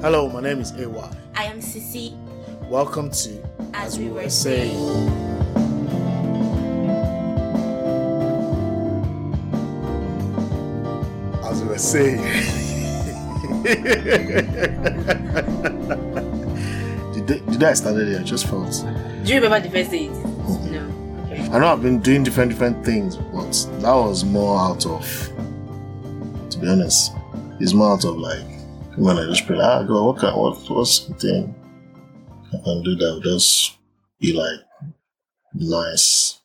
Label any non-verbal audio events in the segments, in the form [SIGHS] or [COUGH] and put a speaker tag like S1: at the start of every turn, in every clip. S1: Hello, my name is Awa.
S2: I am Sisi.
S1: Welcome to
S2: As We Were Saying.
S1: As we were saying. [LAUGHS] the, day, the day I started it, I just felt.
S2: Do you remember the first day? No. Okay.
S1: I know I've been doing different different things, but that was more out of. To be honest, it's more out of like, come on, I just pray, like, ah, God, what can, what, what's the thing I can do that will just be like nice,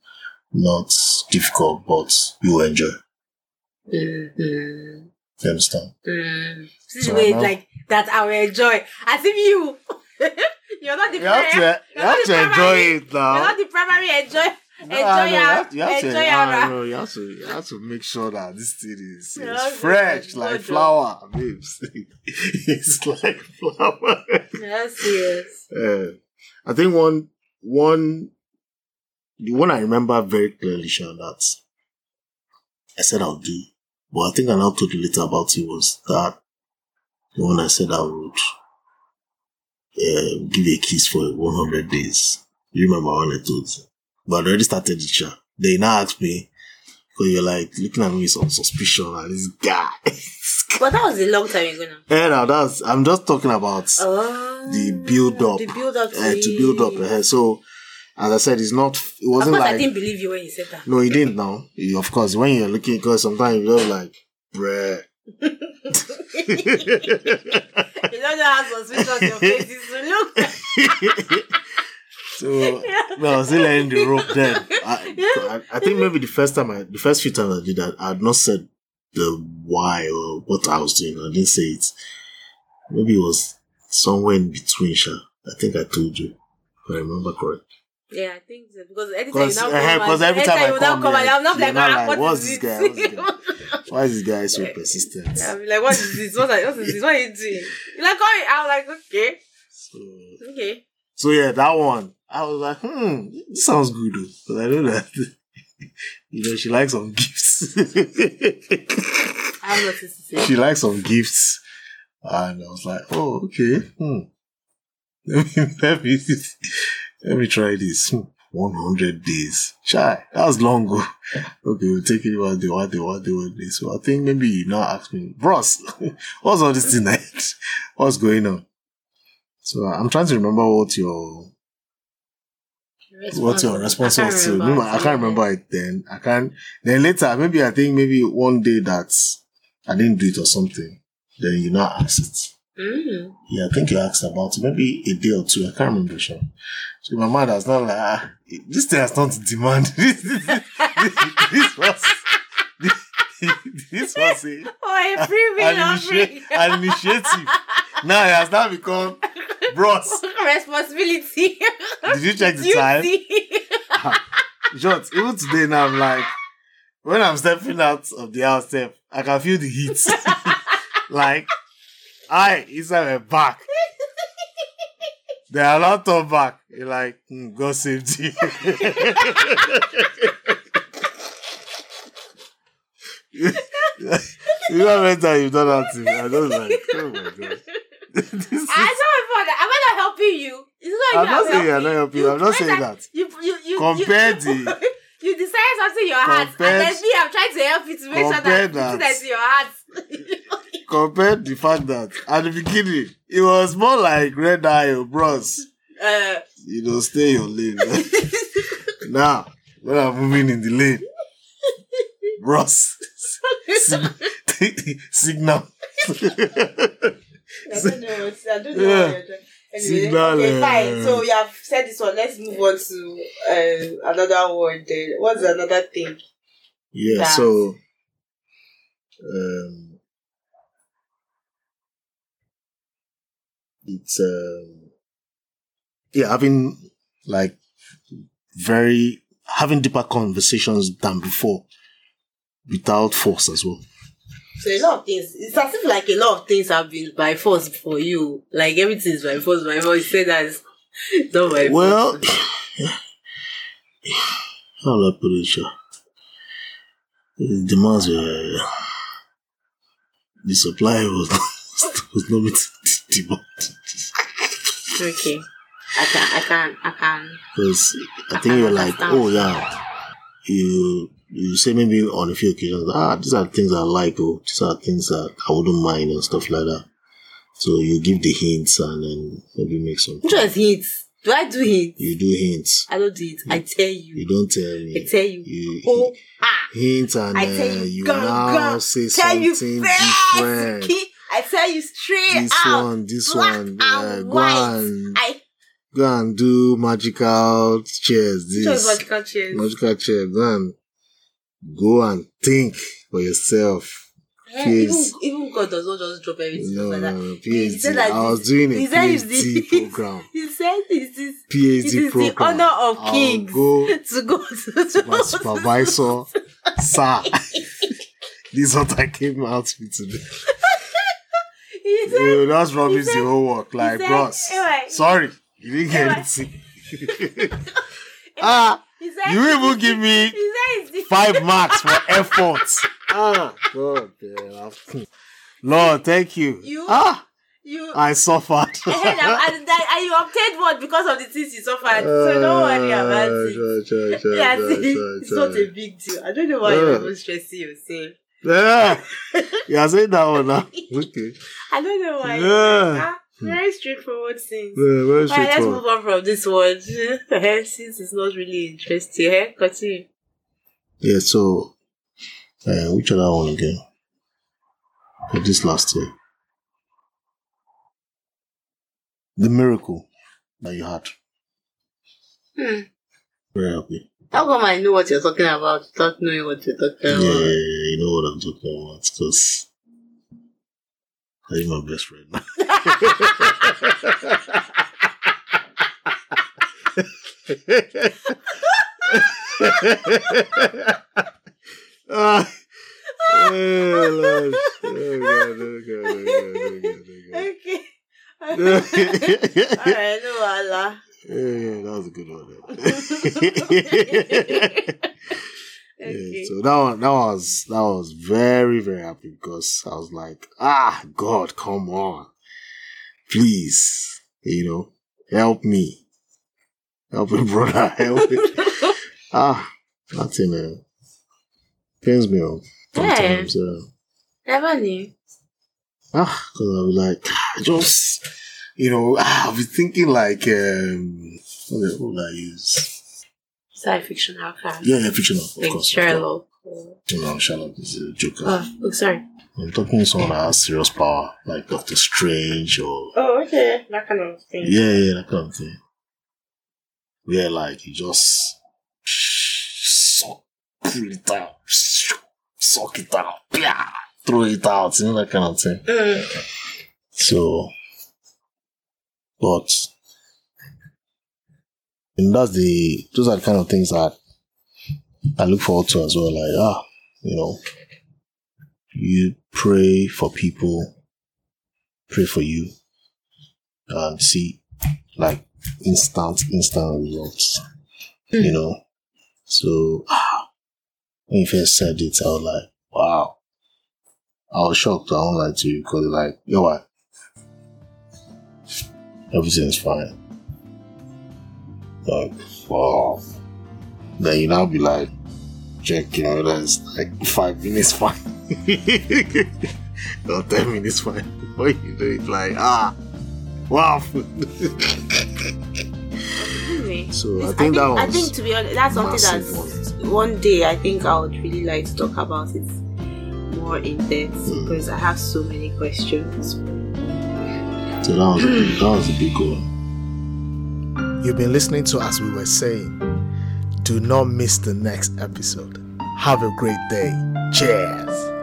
S1: not difficult, but you enjoy.
S2: Mm,
S1: You understand?
S2: mm. This is
S1: So
S2: way
S1: now-
S2: like that I will enjoy. As if you [LAUGHS] you're not the
S1: You have
S2: primary-
S1: to, you
S2: you're not
S1: have
S2: the
S1: to enjoy
S2: primary-
S1: it
S2: You're
S1: now.
S2: not the primary enjoy
S1: No,
S2: enjoy
S1: I know, you
S2: our-
S1: have to- you have to-
S2: enjoy
S1: I
S2: our-
S1: know, you have to you have to make sure that this thing is
S2: You
S1: it's
S2: have to
S1: fresh
S2: enjoy
S1: like
S2: the-
S1: flour, babes. [LAUGHS] it's like flour.
S2: Yes, yes.
S1: Uh, I think one one the one I remember very clearly, Sean, that I said I'll do, but I think I now told you later about it was that the one I said I would uh, give a kiss for 100 days. You remember when I told you? But I already started the chat. They now asked me, because you're like looking at me with some suspicion, like this guy. [LAUGHS]
S2: But that was a long time ago now.
S1: yeah, now that's, I'm just talking about
S2: Oh,
S1: The build up.
S2: The build up.
S1: uh, to build up.
S2: it.
S1: Uh, so, as I said, it's not. It
S2: Of
S1: wasn't
S2: course,
S1: like
S2: I didn't believe you when you said that.
S1: no, he didn't. Now, He- of course, when you're looking, because sometimes you're just like, bruh.
S2: You don't know how suspicious your face is to look. [LAUGHS]
S1: so no, I was still in the rope then. I, I, I think maybe the first time I, the first few times I did that, I had not said the why or what I was doing. I didn't say it. Maybe it was somewhere in between. Sha, I think I told you. If I remember correct.
S2: Yeah, I think so. Because anytime you
S1: Because
S2: now come, out-
S1: every time
S2: anytime
S1: I
S2: you now
S1: come,
S2: come, and
S1: here,
S2: I'm not
S1: you're
S2: like, ah,
S1: like,
S2: what
S1: what's
S2: is
S1: this guy?
S2: it?
S1: What's this guy? [LAUGHS] Why is this guy so persistent?
S2: I'm like, what is this? What, are, what is this? What are you doing? You're like, oh, I'm like, okay,
S1: So,
S2: okay.
S1: so yeah, that one. I was like, hmm, this sounds good though. 'Cause I know that [LAUGHS] you know she likes some gifts. [LAUGHS]
S2: I have nothing to say.
S1: she likes some gifts. And I was like, oh, okay. Hmm. [LAUGHS] Let me let me, [LAUGHS] let me try this. Hmm. 100 days. Shy. That was long ago. [LAUGHS] Okay, we'll take it one day, one day, one day, one day. So I think maybe you now ask me, Bros, [LAUGHS] what's all this tonight? [LAUGHS] What's going on? So I'm trying to remember what your what your response was to. Remember, I can't remember it then. I can't. Then later, maybe I think maybe one day that I didn't do it or something. Then you now asked.
S2: Mm.
S1: Yeah, I think you asked about it. Maybe a day or two. I can't remember sure. So my mother was not like ah, this thing has not demand. [LAUGHS] this, this, this was [LAUGHS] this, this was a,
S2: Oh, a free will,
S1: an,
S2: not
S1: initi-
S2: free. [LAUGHS]
S1: an initiative. Now it has now become bros.
S2: Responsibility.
S1: Did you
S2: [LAUGHS]
S1: check the time?
S2: Duty.
S1: Short, even today now I'm like, when I'm stepping out of the house step, I can feel the heat. [LAUGHS] like, I inside my back. There are a lot of back. You're like, hmm, God saved you. [LAUGHS] you know mental you've done that to me. I don't like, oh my god. [LAUGHS] This is-
S2: I sorry for that. Am I not helping you? It's
S1: I'm
S2: not you
S1: not saying you're
S2: helping.
S1: not helping. I'm not saying that.
S2: You, you, you,
S1: Compared
S2: you,
S1: the-
S2: [LAUGHS] you decide something in your heart, and
S1: Compared-
S2: then me, I'm trying to help you to make sure
S1: Compare
S2: that, that.
S1: that.
S2: that's in your heart. [LAUGHS]
S1: compared the fact that at the beginning it was more like red eye or bros.
S2: Uh,
S1: You know, stay your lane. [LAUGHS] now, when I'm moving in the lane, bros, [LAUGHS] sig- [LAUGHS] signal.
S2: I don't know. What, I don't know.
S1: Yeah.
S2: What you're
S1: Signal,
S2: trying- anyway, okay,
S1: uh,
S2: fine. So you have said this one. Let's move on to uh, another one. Then what's another thing?
S1: Yeah,
S2: That.
S1: so um it's um yeah, having like very having deeper conversations than before without force as well.
S2: So a lot of things. It's as if like a lot of things have been by force for you. Like everything is by force. By force. You say that. it's Not by
S1: Well
S2: force.
S1: [SIGHS] how do I put it, sure? The demands were the supply was [LAUGHS] was not meeting the demand.
S2: Okay. I can, I can, I can.
S1: Because I think you're like, oh yeah, you you say maybe on a few occasions, ah, these are things I like, oh, these are things that I wouldn't mind and stuff like that. So you give the hints and then maybe make some.
S2: Which one is hints? Do I do hints?
S1: You do hints.
S2: I don't do it. I tell
S1: You
S2: you.
S1: don't tell
S2: I
S1: me.
S2: tell you.
S1: You
S2: Oh, ah.
S1: hint and
S2: I
S1: uh,
S2: tell you,
S1: you
S2: go,
S1: now
S2: go.
S1: say
S2: Tell you
S1: something
S2: first,
S1: different.
S2: Key. I tell you straight
S1: This
S2: out.
S1: one, this
S2: black
S1: one,
S2: and
S1: uh, go
S2: white.
S1: and
S2: I
S1: go and do magical chairs. This
S2: chose magical chairs.
S1: magical chair. Go and go and think for yourself.
S2: Yeah, Eh, even,
S1: chairs.
S2: even God does not just drop everything
S1: No,
S2: like
S1: no,
S2: that.
S1: no,
S2: He said
S1: PhD.
S2: that
S1: I was doing a
S2: he said it's
S1: PhD
S2: the-
S1: program.
S2: He said this is
S1: PhD
S2: it is
S1: program.
S2: the honor of
S1: I'll
S2: kings [LAUGHS]
S1: go
S2: to go to,
S1: to my supervisor, sir. [LAUGHS] this is what I came out with today.
S2: [LAUGHS] He said,
S1: Yo, that's rubbish
S2: said-
S1: the whole work. Like,
S2: said,
S1: bros.
S2: "Ewa."
S1: Sorry, you didn't get
S2: Ewa. [LAUGHS]
S1: anything. [LAUGHS] ah,
S2: he said,
S1: you even give me
S2: he said it's the
S1: five marks for effort. ah, God, damn. Lord, thank you.
S2: You-
S1: Ah, [LAUGHS]
S2: you eh,
S1: I suffered.
S2: and, I'm- and, that- and you obtained one because of the things you suffered. so don't worry
S1: Ah,
S2: about it.
S1: sure, sure,
S2: [LAUGHS]
S1: sure,
S2: Yeah,
S1: sure,
S2: see,
S1: sure,
S2: it's
S1: sure.
S2: not a big deal. I don't know why you're
S1: Yeah.
S2: even stressing yourself.
S1: Yeah, you are saying that one now. Okay.
S2: I don't know why.
S1: Yeah.
S2: Ah, very straightforward things.
S1: Yeah, very
S2: Alright, let's
S1: straightforward.
S2: move on from this one. [LAUGHS] Eh, Since it's not really interesting, eh? continue.
S1: Yeah, so uh, which other one again? For this last year. The miracle that you had.
S2: Hmm.
S1: Very happy.
S2: How come I know what you're talking about without knowing what you're talking
S1: Yeah,
S2: about?
S1: you know what I'm talking about. Because I'm my best friend [LAUGHS] now. Ah. Oh, Lord. Oh, God, oh, God, oh, God, oh, God, oh, God.
S2: Okay.
S1: [LAUGHS] yeah,
S2: Alright, no Allah.
S1: yeah, that was a good one. [LAUGHS] yeah.
S2: [LAUGHS] okay.
S1: Yeah, so that one, that was that was very very happy because I was like, ah, God, come on, please, you know, help me, help me, [LAUGHS] brother, help me. ah, nothing, uh, pains me out sometimes. Uh,
S2: Never knew.
S1: Ah, because I was like, I just, you know, ah, I was thinking like, um, what the- what would I use?
S2: Sci fiction outcast.
S1: Yeah, yeah, fictional, of
S2: like
S1: course. of course.
S2: Sherlock.
S1: No, Sherlock is a joker.
S2: Oh, oh, sorry.
S1: I'm talking to someone that has serious power, like Doctor Strange or,
S2: Oh, okay. That kind of thing.
S1: yeah, yeah, that kind of thing. Where like you just suck, pull it down, suck it down, yeah, throw it out, you know, that kind of thing.
S2: Mm.
S1: So, but and that's the those are the kind of things that I look forward to as well. Like ah, you know, you pray for people, pray for you, and see like instant instant results. You
S2: Mm.
S1: know, so ah, when you first said it, I was like, wow. I was shocked. I won't lie to you because like, you know what? everything's fine. Like, wow. Then you now be like, checking whether it's like five minutes fine. [LAUGHS] or ten minutes fine. Before you do it, like, ah, wow.
S2: Anyway,
S1: So, I
S2: this-
S1: think that
S2: I
S1: was
S2: think to be honest, that's something
S1: Massive
S2: that's
S1: one.
S2: one day I think I would really like to talk about it more in depth
S1: Mm.
S2: because I have so many questions.
S1: So that was, a big- that was a big one.
S3: You've been listening to As We Were Saying. Do not miss the next episode. Have a great day. Cheers.